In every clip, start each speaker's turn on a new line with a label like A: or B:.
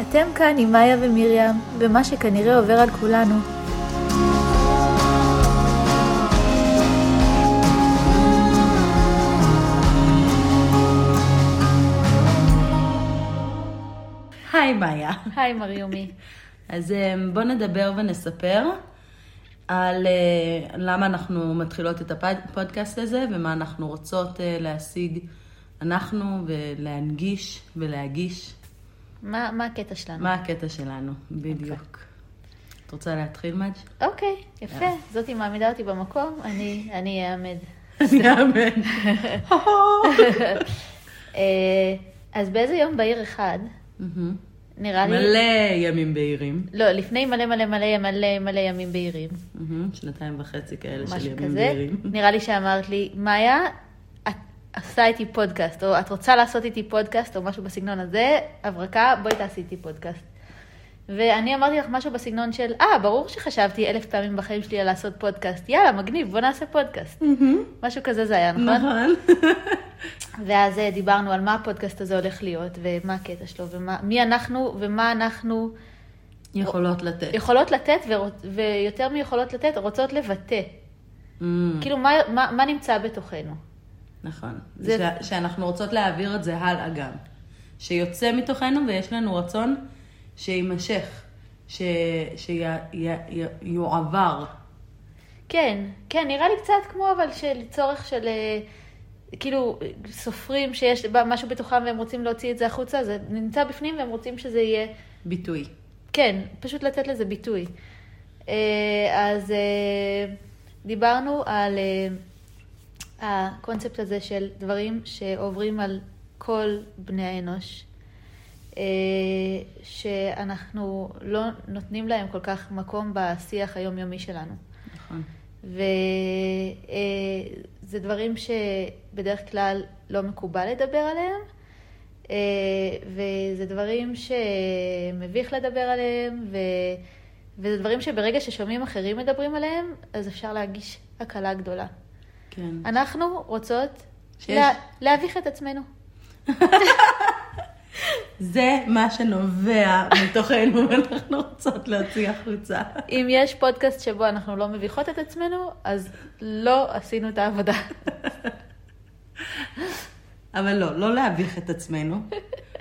A: אתם כאן עם מאיה ומרים, במה שכנראה עובר על כולנו.
B: היי מאיה.
A: היי מריומי.
B: אז אמ, בוא נדבר ונספר על אה, למה אנחנו מתחילות את הפודקאסט הזה ומה אנחנו רוצות אה, להשיג אנחנו ולהנגיש ולהגיש.
A: מה, מה הקטע שלנו?
B: מה הקטע שלנו, בדיוק. את רוצה להתחיל, מג'?
A: אוקיי, יפה. זאתי מעמידה אותי במקום, אני אני אעמד.
B: אני אאמן.
A: אה, אז באיזה יום בהיר אחד,
B: מהמם.
A: נראה לי...
B: מלא ימים בהירים.
A: לא, לפני מלא מלא מלא מלא מלא ימים בהירים.
B: מהמם. שנתיים וחצי כאלה של
A: משהו
B: ימים
A: כזה.
B: בהירים.
A: נראה לי שאמרת לי, מאיה, את עושה איתי פודקאסט, או את רוצה לעשות איתי פודקאסט, או משהו בסגנון הזה, הברקה, בואי תעשי איתי פודקאסט. ואני אמרתי לך משהו בסגנון של, אה, ברור שחשבתי אלף פעמים בחיים שלי על לעשות פודקאסט, יאללה, מגניב, בוא נעשה פודקאסט. משהו כזה זה היה, נכון?
B: נכון.
A: ואז אה, דיברנו על מה הפודקאסט הזה הולך להיות, ומה הקטע שלו, ומי אנחנו, ומה אנחנו
B: יכולות לתת.
A: יכולות לתת, ורוצ- ויותר מיכולות לתת, רוצות לבטא.
B: אמ,
A: כאילו, מה, מה, מה נמצא בתוכנו?
B: נכון.
A: זה-
B: זה... ש... שאנחנו רוצות להעביר את זה הלאה גם. שיוצא מתוכנו ויש לנו רצון שיימשך, שיועבר. ש... י... י... יועבר.
A: כן, כן, נראה לי קצת כמו אבל של צורך של אה, כאילו סופרים שיש בה משהו בתוכם והם רוצים להוציא את זה החוצה, זה נמצא בפנים והם רוצים שזה יהיה,
B: ביטוי.
A: כן, פשוט לתת לזה ביטוי. אה, אז אה, דיברנו על אה, הקונספט הזה של דברים שעוברים על כל בני האנוש, אה, שאנחנו לא נותנים להם כל כך מקום בשיח היומיומי שלנו.
B: נכון.
A: וזה אה, דברים שבדרך כלל לא מקובל לדבר עליהם, אה, וזה דברים שמביך לדבר עליהם, ו... וזה דברים שברגע ששומעים אחרים מדברים עליהם, אז אפשר להגיש הקלה גדולה.
B: כן.
A: אנחנו רוצות
B: שיש.
A: לה... להביך את עצמנו.
B: זה מה שנובע מתוכנו ואנחנו רוצות להוציא החוצה.
A: אם יש פודקאסט שבו אנחנו לא מביכות את עצמנו, אז לא עשינו את העבודה.
B: אבל לא, לא להביך את עצמנו,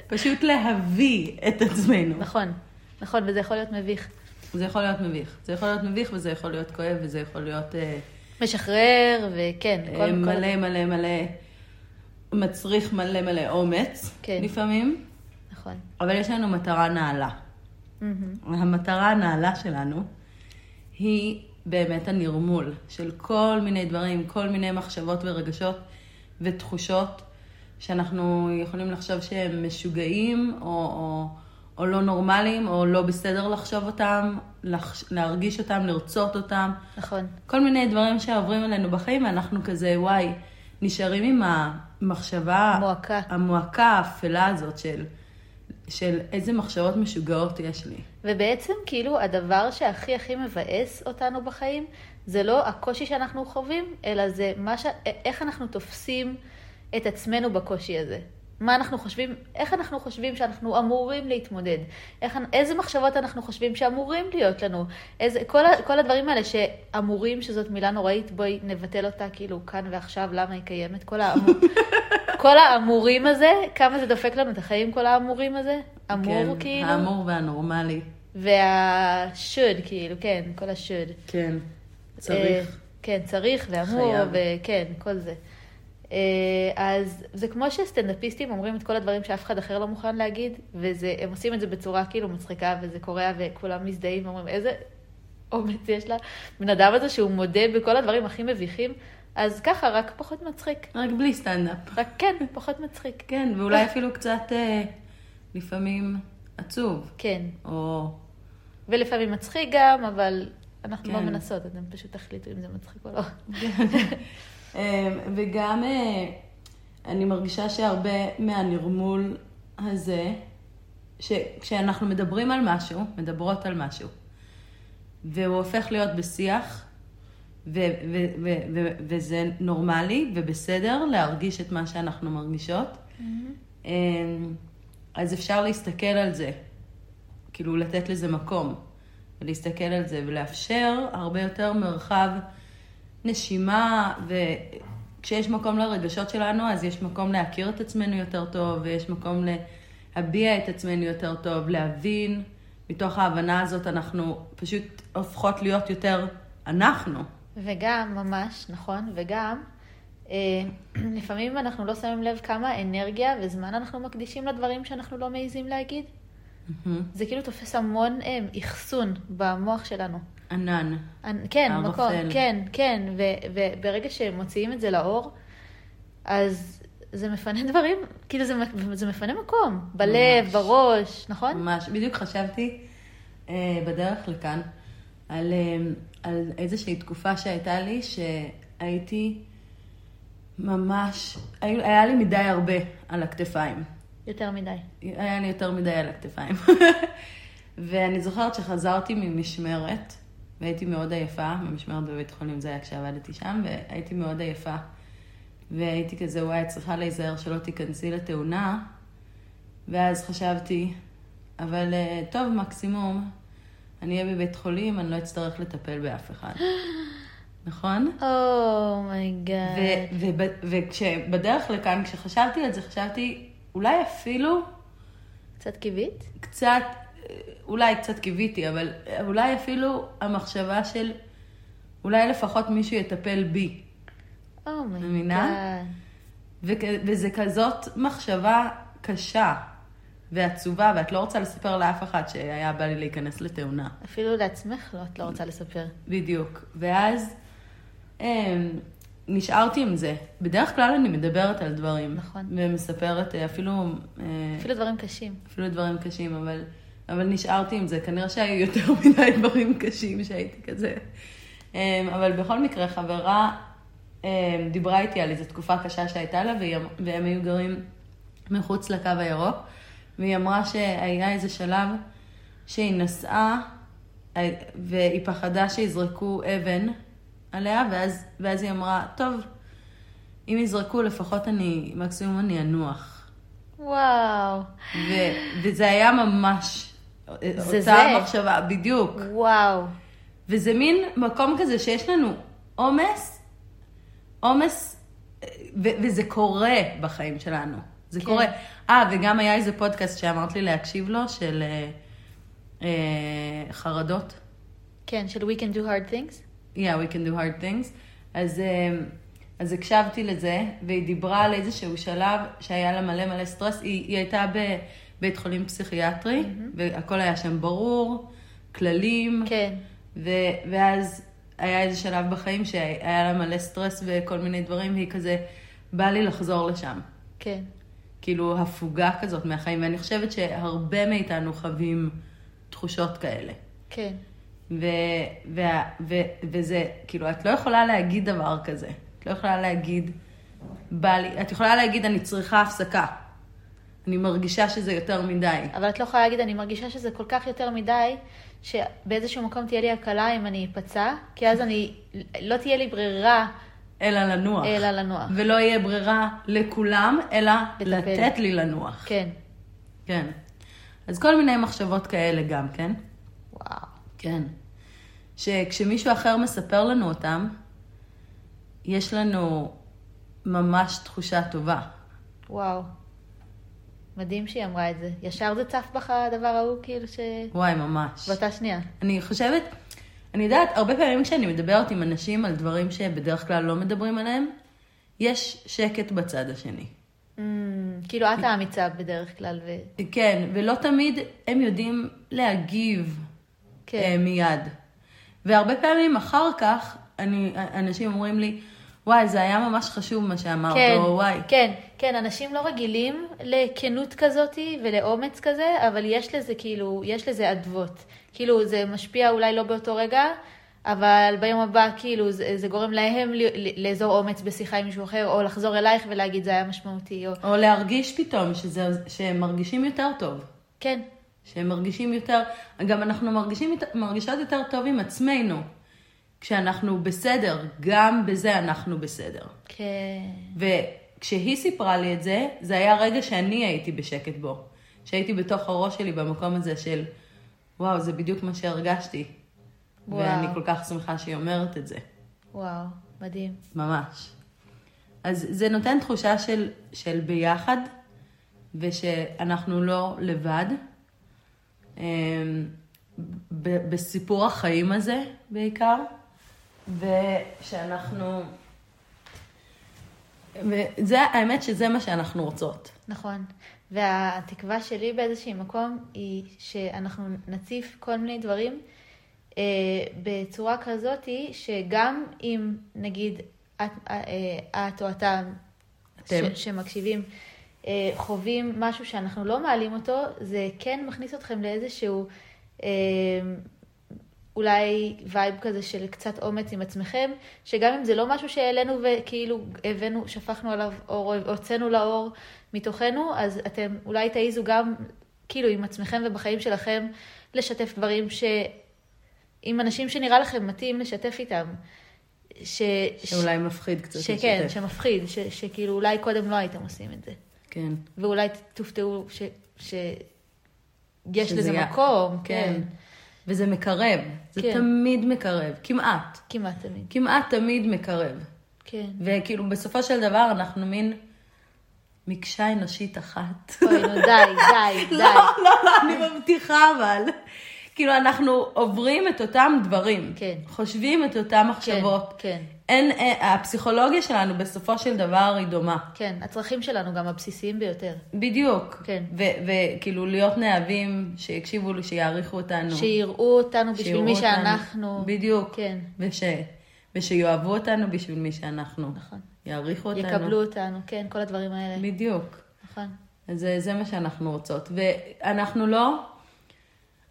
B: פשוט להביא את עצמנו.
A: נכון, נכון, וזה יכול להיות מביך.
B: זה יכול להיות מביך. זה יכול להיות מביך וזה יכול להיות כואב וזה יכול להיות... אה,
A: משחרר, וכן, כל- כל...
B: מלא מלא מלא, מצריך מלא מלא אומץ
A: כן.
B: לפעמים,
A: נכון.
B: אבל יש לנו מטרה נעלה.
A: מהמם.
B: המטרה הנעלה שלנו היא באמת הנרמול של כל מיני דברים, כל מיני מחשבות ורגשות ותחושות שאנחנו יכולים לחשוב שהם משוגעים או, או, או לא נורמליים או לא בסדר לחשוב אותם, לחש, להרגיש אותם, לרצות אותם.
A: נכון,
B: כל מיני דברים שעוברים אלינו בחיים, ואנחנו כזה, וואי, נשארים עם המחשבה...
A: מועקה.
B: המועקה האפלה הזאת של, של איזה מחשבות משוגעות יש לי.
A: ובעצם כאילו הדבר שהכי הכי מבאס אותנו בחיים, זה לא הקושי שאנחנו חווים, אלא זה מה ש... איך אנחנו תופסים את עצמנו בקושי הזה. מה אנחנו חושבים, איך אנחנו חושבים שאנחנו אמורים להתמודד, איך, איזה מחשבות אנחנו חושבים שאמורים להיות לנו, איזה, כל, ה- כל הדברים האלה שאמורים, שזאת מילה נוראית, בואי נבטל אותה כאילו כאן ועכשיו, למה היא קיימת, כל, האמור, כל האמורים הזה, כמה זה דופק לנו את החיים, כל האמורים הזה, אמור
B: כן,
A: כאילו.
B: האמור והנורמלי.
A: וה-should, כאילו, כן, כל ה-should.
B: כן,
A: אה,
B: צריך.
A: כן, צריך ואמור,
B: חייב.
A: וכן, כל זה. אה, אז זה כמו שסטנדאפיסטים אומרים את כל הדברים שאף אחד אחר לא מוכן להגיד, והם עושים את זה בצורה כאילו מצחיקה, וזה קורע, וכולם מזדהים ואומרים, איזה אומץ יש לה. בן אדם הזה שהוא מודה בכל הדברים הכי מביכים, אז ככה, רק פחות מצחיק.
B: רק בלי סטנדאפ.
A: רק כן, פחות מצחיק.
B: כן, ואולי אפילו קצת אה, לפעמים עצוב,
A: כן.
B: או...
A: ולפעמים מצחיק גם, אבל אנחנו לא
B: כן.
A: מנסות, אתם פשוט תחליטו אם זה מצחיק או לא.
B: אמ, וגם אה, אני מרגישה שהרבה מהנרמול הזה, שכשאנחנו מדברים על משהו, מדברות על משהו, והוא הופך להיות בשיח, ו- ו- ו- ו- וזה נורמלי ובסדר להרגיש את מה כן. שאנחנו מרגישות, אמ, אז אפשר להסתכל על זה כאילו לתת לזה מקום, ולהסתכל על זה, ולאפשר הרבה יותר מרחב נשימה, וכשיש מקום לרגשות שלנו, אז יש מקום להכיר את עצמנו יותר טוב, ויש מקום להביע את עצמנו יותר טוב, להבין. מתוך ההבנה הזאת אנחנו פשוט הופכות להיות יותר אנחנו.
A: וגם, ממש, נכון, וגם, אה, לפעמים אנחנו לא שמים לב כמה אנרגיה וזמן אנחנו מקדישים לדברים שאנחנו לא מעיזים להגיד. זה כאילו תופס המון אה, אחסון במוח שלנו.
B: ענן.
A: אנ- כן,
B: הערפל.
A: מקום, כן, כן, ו- וברגע שמוציאים את זה לאור, אז זה מפנה דברים, כאילו זה, מ- זה מפנה מקום, בלב,
B: ממש.
A: בראש, נכון?
B: ממש. בדיוק חשבתי אה, בדרך לכאן על, אה, על איזושהי תקופה שהייתה לי, שהייתי ממש, היה היה לי מדי הרבה על הכתפיים.
A: יותר מדי.
B: היה לי יותר מדי על הכתפיים. ואני זוכרת שחזרתי ממשמרת, והייתי מאוד עייפה, ממשמרת בבית חולים זה היה כשעבדתי שם, והייתי מאוד עייפה. והייתי כזה, וואי, את צריכה להיזהר שלא תיכנסי לתאונה. ואז חשבתי, אבל אה, טוב, מקסימום, אני אהיה בבית חולים, אני לא אצטרך לטפל באף אחד. נכון?
A: Oh אומייגאד.
B: ו- וב- וכשבדרך לכאן, כשחשבתי על זה, חשבתי, אולי אפילו
A: קצת קיווית?
B: קצת, אולי קצת קיוויתי, אבל אולי אפילו המחשבה של אולי לפחות מישהו יטפל בי.
A: אומייגאד.
B: מבינה? וכ- וזה כזאת מחשבה קשה ועצובה, ואת לא רוצה לספר לאף אחד שהיה בא לי להיכנס לתאונה.
A: אפילו לעצמך לא, את לא רוצה לספר.
B: בדיוק. ואז אה, נשארתי עם זה. בדרך כלל אני מדברת על דברים.
A: נכון.
B: ומספרת אה, אפילו... אה,
A: אפילו דברים קשים.
B: אפילו דברים קשים, אבל, אבל נשארתי עם זה. כנראה שהיו יותר מדי דברים קשים שהייתי כזה. אמ, אבל בכל מקרה, חברה אמ, דיברה איתי על איזו תקופה קשה שהייתה לה, והיא אמ- והם היו גרים מחוץ לקו הירוק, והיא אמרה שהיה איזה שלב שהיא נסעה, אה, והיא פחדה שיזרקו אבן עליה, ואז, ואז היא אמרה, טוב, אם יזרקו, לפחות אני, מקסימום אני אנוח.
A: וואו.
B: ו- וזה היה ממש
A: זה
B: אותה
A: זה.
B: מחשבה, בדיוק.
A: וואו.
B: וזה מין מקום כזה שיש לנו עומס, עומס, ו- וזה קורה בחיים שלנו. זה
A: כן.
B: כן. קורה. אה, וגם היה איזה פודקאסט שאמרת לי להקשיב לו, של אה, אה, חרדות.
A: כן, של We can do hard things.
B: Yeah, we can do hard things. אז, אה, אז הקשבתי לזה, והיא דיברה על איזשהו שלב שהיה לה מלא מלא סטרס. היא, היא הייתה בבית חולים פסיכיאטרי, mm-hmm. והכל היה שם ברור, כללים,
A: כן.
B: ו, ואז היה איזה שלב בחיים שהיה לה מלא סטרס וכל מיני דברים, והיא כזה, בא לי לחזור לשם.
A: כן.
B: כאילו, הפוגה כזאת מהחיים, ואני חושבת שהרבה מאיתנו חווים תחושות כאלה.
A: כן.
B: ו, ו, ו, וזה, כאילו, את לא יכולה להגיד דבר כזה. את לא יכולה להגיד, בא לי, את יכולה להגיד, אני צריכה הפסקה. אני מרגישה שזה יותר מדי.
A: אבל את לא יכולה להגיד, אני מרגישה שזה כל כך יותר מדי, שבאיזשהו מקום תהיה לי הקלה אם אני אפצע, כי אז אני, לא תהיה לי ברירה
B: אלא לנוח.
A: אלא לנוח.
B: ולא יהיה ברירה לכולם, אלא
A: לטפל.
B: לתת לי לנוח.
A: כן.
B: כן. אז כל מיני מחשבות כאלה גם, כן?
A: וואו.
B: כן. שכשמישהו אחר מספר לנו אותם, יש לנו ממש תחושה טובה.
A: וואו. מדהים שהיא אמרה את זה. ישר זה צף בך הדבר ההוא, כאילו ש...
B: וואי, ממש.
A: באותה שנייה.
B: אני חושבת, אני יודעת, הרבה פעמים כשאני מדברת עם אנשים על דברים שבדרך כלל לא מדברים עליהם, יש שקט בצד השני.
A: Mm, כאילו את האמיצה בדרך כלל, ו...
B: כן, ולא תמיד הם יודעים להגיב
A: כן.
B: כן. מיד. והרבה פעמים אחר כך, אני, אנשים אומרים לי, וואי, זה היה ממש חשוב מה שאמרת,
A: כן,
B: או וואי.
A: כן, כן, אנשים לא רגילים לכנות כזאת ולאומץ כזה, אבל יש לזה כאילו, יש לזה אדוות. כאילו, זה משפיע אולי לא באותו רגע, אבל ביום הבא, כאילו, זה, זה גורם להם ל- ל- לאזור אומץ בשיחה עם מישהו אחר, או לחזור אלייך ולהגיד, זה היה משמעותי, או...
B: או להרגיש פתאום שזה, שהם מרגישים יותר טוב.
A: כן,
B: שהם מרגישים יותר, גם אנחנו מרגישים, יותר- מרגישות יותר טוב עם עצמנו. כשאנחנו בסדר, גם בזה אנחנו בסדר.
A: כן,
B: וכשהיא סיפרה לי את זה, זה היה רגע שאני הייתי בשקט בו. שהייתי בתוך הראש שלי במקום הזה של, וואו, זה בדיוק מה שהרגשתי.
A: וואו.
B: ואני כל כך שמחה שהיא אומרת את זה,
A: וואו, מדהים.
B: ממש. אז זה נותן תחושה של, של ביחד, ושאנחנו לא לבד. אמ, ב- בסיפור החיים הזה בעיקר, ושאנחנו... וזה, האמת שזה מה שאנחנו רוצות.
A: נכון. והתקווה שלי באיזשהו מקום היא שאנחנו נציף כל מיני דברים אה, בצורה כזאת שגם אם נגיד את, אה, אה, את או אתה
B: אתם.
A: ש, שמקשיבים אה, חווים משהו שאנחנו לא מעלים אותו, זה כן מכניס אתכם לאיזשהו אה, אולי וייב כזה של קצת אומץ עם עצמכם, שגם אם זה לא משהו שהעלינו וכאילו הבאנו, שפכנו עליו אור, או הוצאנו לאור מתוכנו, אז אתם אולי תעיזו גם, כאילו, עם עצמכם ובחיים שלכם, לשתף דברים ש... עם אנשים שנראה לכם מתאים לשתף איתם. ש...
B: שאולי מפחיד קצת
A: שכן,
B: לשתף.
A: שמפחיד, ש... שכאילו אולי קודם לא הייתם עושים את זה.
B: כן.
A: ואולי ת- תופתעו ש... ש... יש
B: שזה
A: לזה
B: יהיה-
A: מקום, כן.
B: וזה מקרב. זה
A: כן.
B: תמיד מקרב, כמעט.
A: כמעט תמיד,
B: כמעט תמיד מקרב.
A: כן.
B: וכאילו, בסופו של דבר, אנחנו מין מקשה אנושית אחת.
A: אוי, נו, די, די, די.
B: לא, לא, לא, אני מבטיחה אבל. כאילו, אנחנו עוברים את אותם דברים.
A: כן.
B: חושבים את אותם מחשבות.
A: כן.
B: אין, אה, הפסיכולוגיה שלנו בסופו של דבר היא דומה.
A: כן, הצרכים שלנו גם הבסיסיים ביותר.
B: בדיוק.
A: כן.
B: ו- וכאילו, להיות נאהבים, שיקשיבו לי, שיעריכו אותנו.
A: שיראו אותנו בשביל
B: שיראו
A: מי
B: אותנו.
A: שאנחנו.
B: בדיוק.
A: כן.
B: וש... ושיאהבו אותנו בשביל מי שאנחנו.
A: נכון.
B: יעריכו אותנו.
A: יקבלו אותנו, כן, כל הדברים האלה.
B: בדיוק.
A: נכון.
B: אז זה, זה מה שאנחנו רוצות. ואנחנו לא,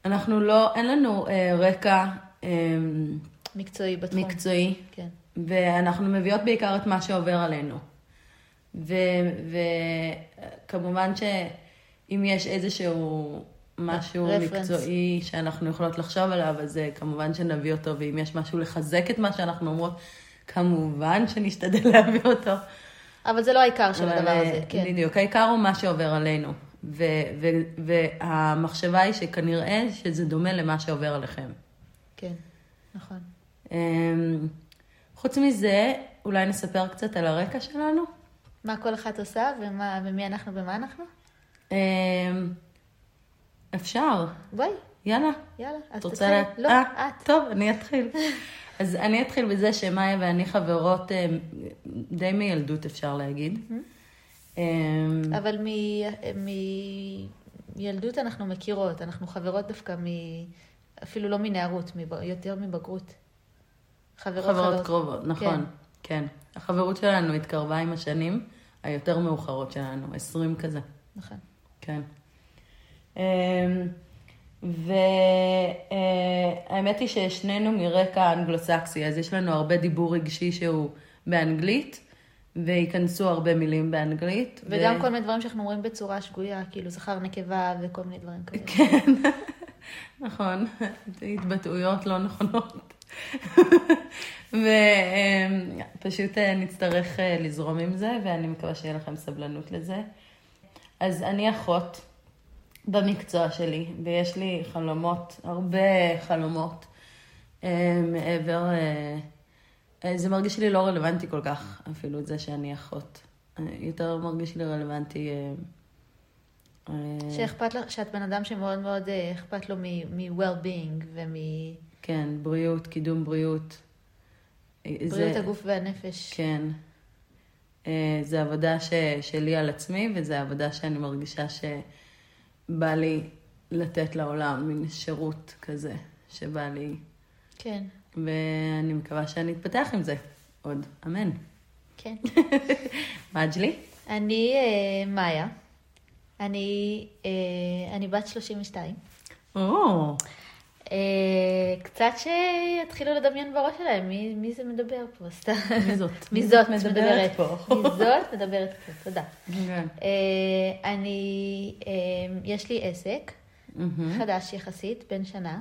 B: אנחנו לא, אין לנו אה, רקע אה,
A: מקצועי בתחום.
B: מקצועי,
A: כן.
B: ואנחנו מביאות בעיקר את מה שעובר עלינו. וכמובן שאם יש איזשהו משהו
A: רפרנס.
B: מקצועי שאנחנו יכולות לחשוב עליו, אז אה, כמובן שנביא אותו, ואם יש משהו לחזק את מה שאנחנו אומרות, כמובן שנשתדל להביא אותו.
A: אבל זה לא העיקר של
B: אבל,
A: הדבר
B: אה,
A: הזה, כן.
B: בדיוק, העיקר הוא מה שעובר עלינו. ו- ו- והמחשבה היא שכנראה שזה דומה למה שעובר עליכם.
A: כן, נכון.
B: אמ, חוץ מזה, אולי נספר קצת על הרקע שלנו?
A: מה כל אחת עושה ומה- ומי אנחנו ומה אנחנו?
B: אמ, אפשר,
A: בואי,
B: יאללה.
A: יאללה.
B: את
A: את
B: רוצה
A: תתחילי.
B: לה...
A: לא,
B: אה,
A: את.
B: טוב, אני אתחיל. אז אני אתחיל בזה שמאיה ואני חברות אמ, די מילדות, אפשר להגיד. אמ,
A: אבל מ- מילדות אנחנו מכירות, אנחנו חברות דווקא מ... אפילו לא מנערות, מב- יותר מבגרות. חברות
B: חברות קרובות, נכון,
A: כן.
B: כן. החברות שלנו התקרבה עם השנים היותר מאוחרות שלנו, 20 כזה,
A: נכון.
B: כן. אמ, והאמת אה, היא ששנינו מרקע אנגלוסקסי, אז יש לנו הרבה דיבור רגשי שהוא באנגלית, וייכנסו הרבה מילים באנגלית. ו-
A: וגם כל מיני דברים שאנחנו אומרים בצורה שגויה, כאילו זכר נקבה וכל מיני דברים כאלה.
B: כן. נכון, התבטאויות לא נכונות. ופשוט נצטרך אה, לזרום עם זה, ואני מקווה שיהיה לכם סבלנות לזה. אז אני אחות במקצוע שלי, ויש לי חלומות, הרבה חלומות, אה, מעבר... אה, אה, זה מרגיש לי לא רלוונטי כל כך, אפילו את זה שאני אחות. אה, יותר מרגיש לי רלוונטי... אה, אה,
A: שאכפת לך, שאת בן אדם שמאוד מאוד אה, אכפת לו מ- מ-well-being ומ...
B: כן, בריאות, קידום בריאות. אה,
A: בריאות הגוף והנפש.
B: כן. אה, זה עבודה ש... שלי על עצמי, וזו עבודה שאני מרגישה שבא לי לתת לעולם, מין שירות כזה שבא לי,
A: כן,
B: ואני מקווה שאני אתפתח עם זה עוד, אמן.
A: כן.
B: מה ג'לי?
A: אני אה, מאיה, אני אה, אני בת 32.
B: או,
A: אה, קצת שיתחילו לדמיין בראש שלהם, מי, מי זה מדבר פה? סתם.
B: מי זאת?
A: מי זאת
B: מדברת
A: מדברת
B: פה?
A: מי זאת מדברת פה, תודה.
B: כן.
A: אה, אני, אה, יש לי עסק
B: מהמם.
A: חדש יחסית, בן שנה,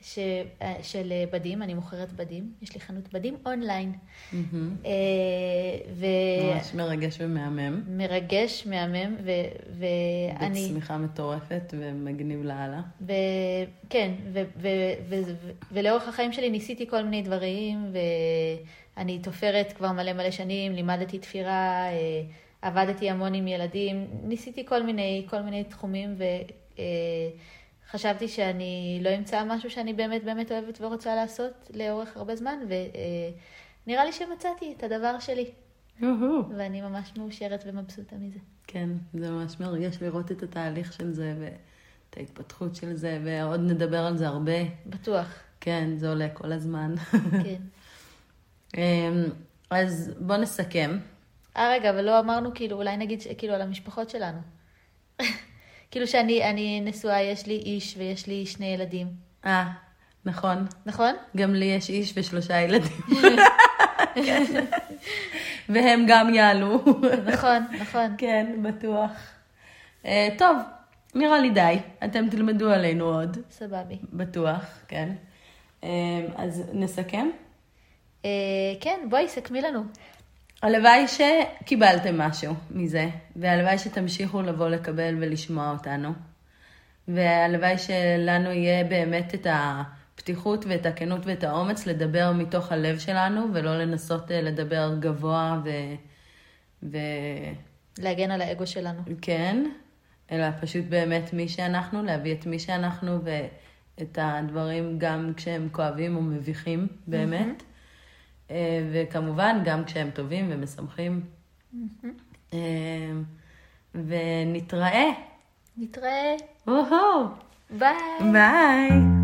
A: ש, אה, של אה, בדים, אני מוכרת בדים, יש לי חנות בדים אונליין.
B: מהמם.
A: אה, ו...
B: ממש מרגש ומהמם.
A: מרגש, מהמם, ו, ואני...
B: בצמיחה מטורפת ומגניב לאללה.
A: ו- כן, ו- ו- ו- ו- ולאורך החיים שלי ניסיתי כל מיני דברים, ואני תופרת כבר מלא מלא שנים, לימדתי תפירה, אה, עבדתי המון עם ילדים, ניסיתי כל מיני, כל מיני תחומים, וחשבתי שאני לא אמצא משהו שאני באמת באמת אוהבת ורוצה לעשות לאורך הרבה זמן, ונראה לי שמצאתי את הדבר שלי, ואני ממש מאושרת ומבסוטה מזה.
B: כן, זה ממש מרגש לראות את התהליך של זה ואת ההתפתחות של זה, ועוד נדבר על זה הרבה.
A: בטוח,
B: כן, זה עולה כל הזמן.
A: כן.
B: אמ, אז בוא נסכם.
A: אה, רגע, אבל לא אמרנו, כאילו, אולי נגיד, ש- כאילו, על המשפחות שלנו. כאילו שאני אני נשואה, יש לי איש ויש לי שני ילדים,
B: אה, נכון.
A: נכון?
B: גם לי יש איש ושלושה ילדים. והם גם יעלו.
A: נכון, נכון.
B: כן, בטוח. אה, טוב, נראה לי די. אתם תלמדו עלינו עוד,
A: סבבי.
B: בטוח, כן. אמ, אז נסכם.
A: אה, כן, בואי, סכמי לנו.
B: הלוואי שקיבלתם משהו מזה, והלוואי שתמשיכו לבוא לקבל ולשמוע אותנו. והלוואי שלנו יהיה באמת את הפתיחות ואת הכנות ואת האומץ לדבר מתוך הלב שלנו, ולא לנסות אה, לדבר גבוה ו... ו...
A: להגן על האגו שלנו.
B: כן, אלא פשוט באמת מי שאנחנו, להביא את מי שאנחנו ואת הדברים גם כשהם כואבים ומביכים באמת, אה, וכמובן גם כשהם טובים ומשמחים. אה, ונתראה.
A: נתראה,
B: וואו,
A: ביי.
B: ביי.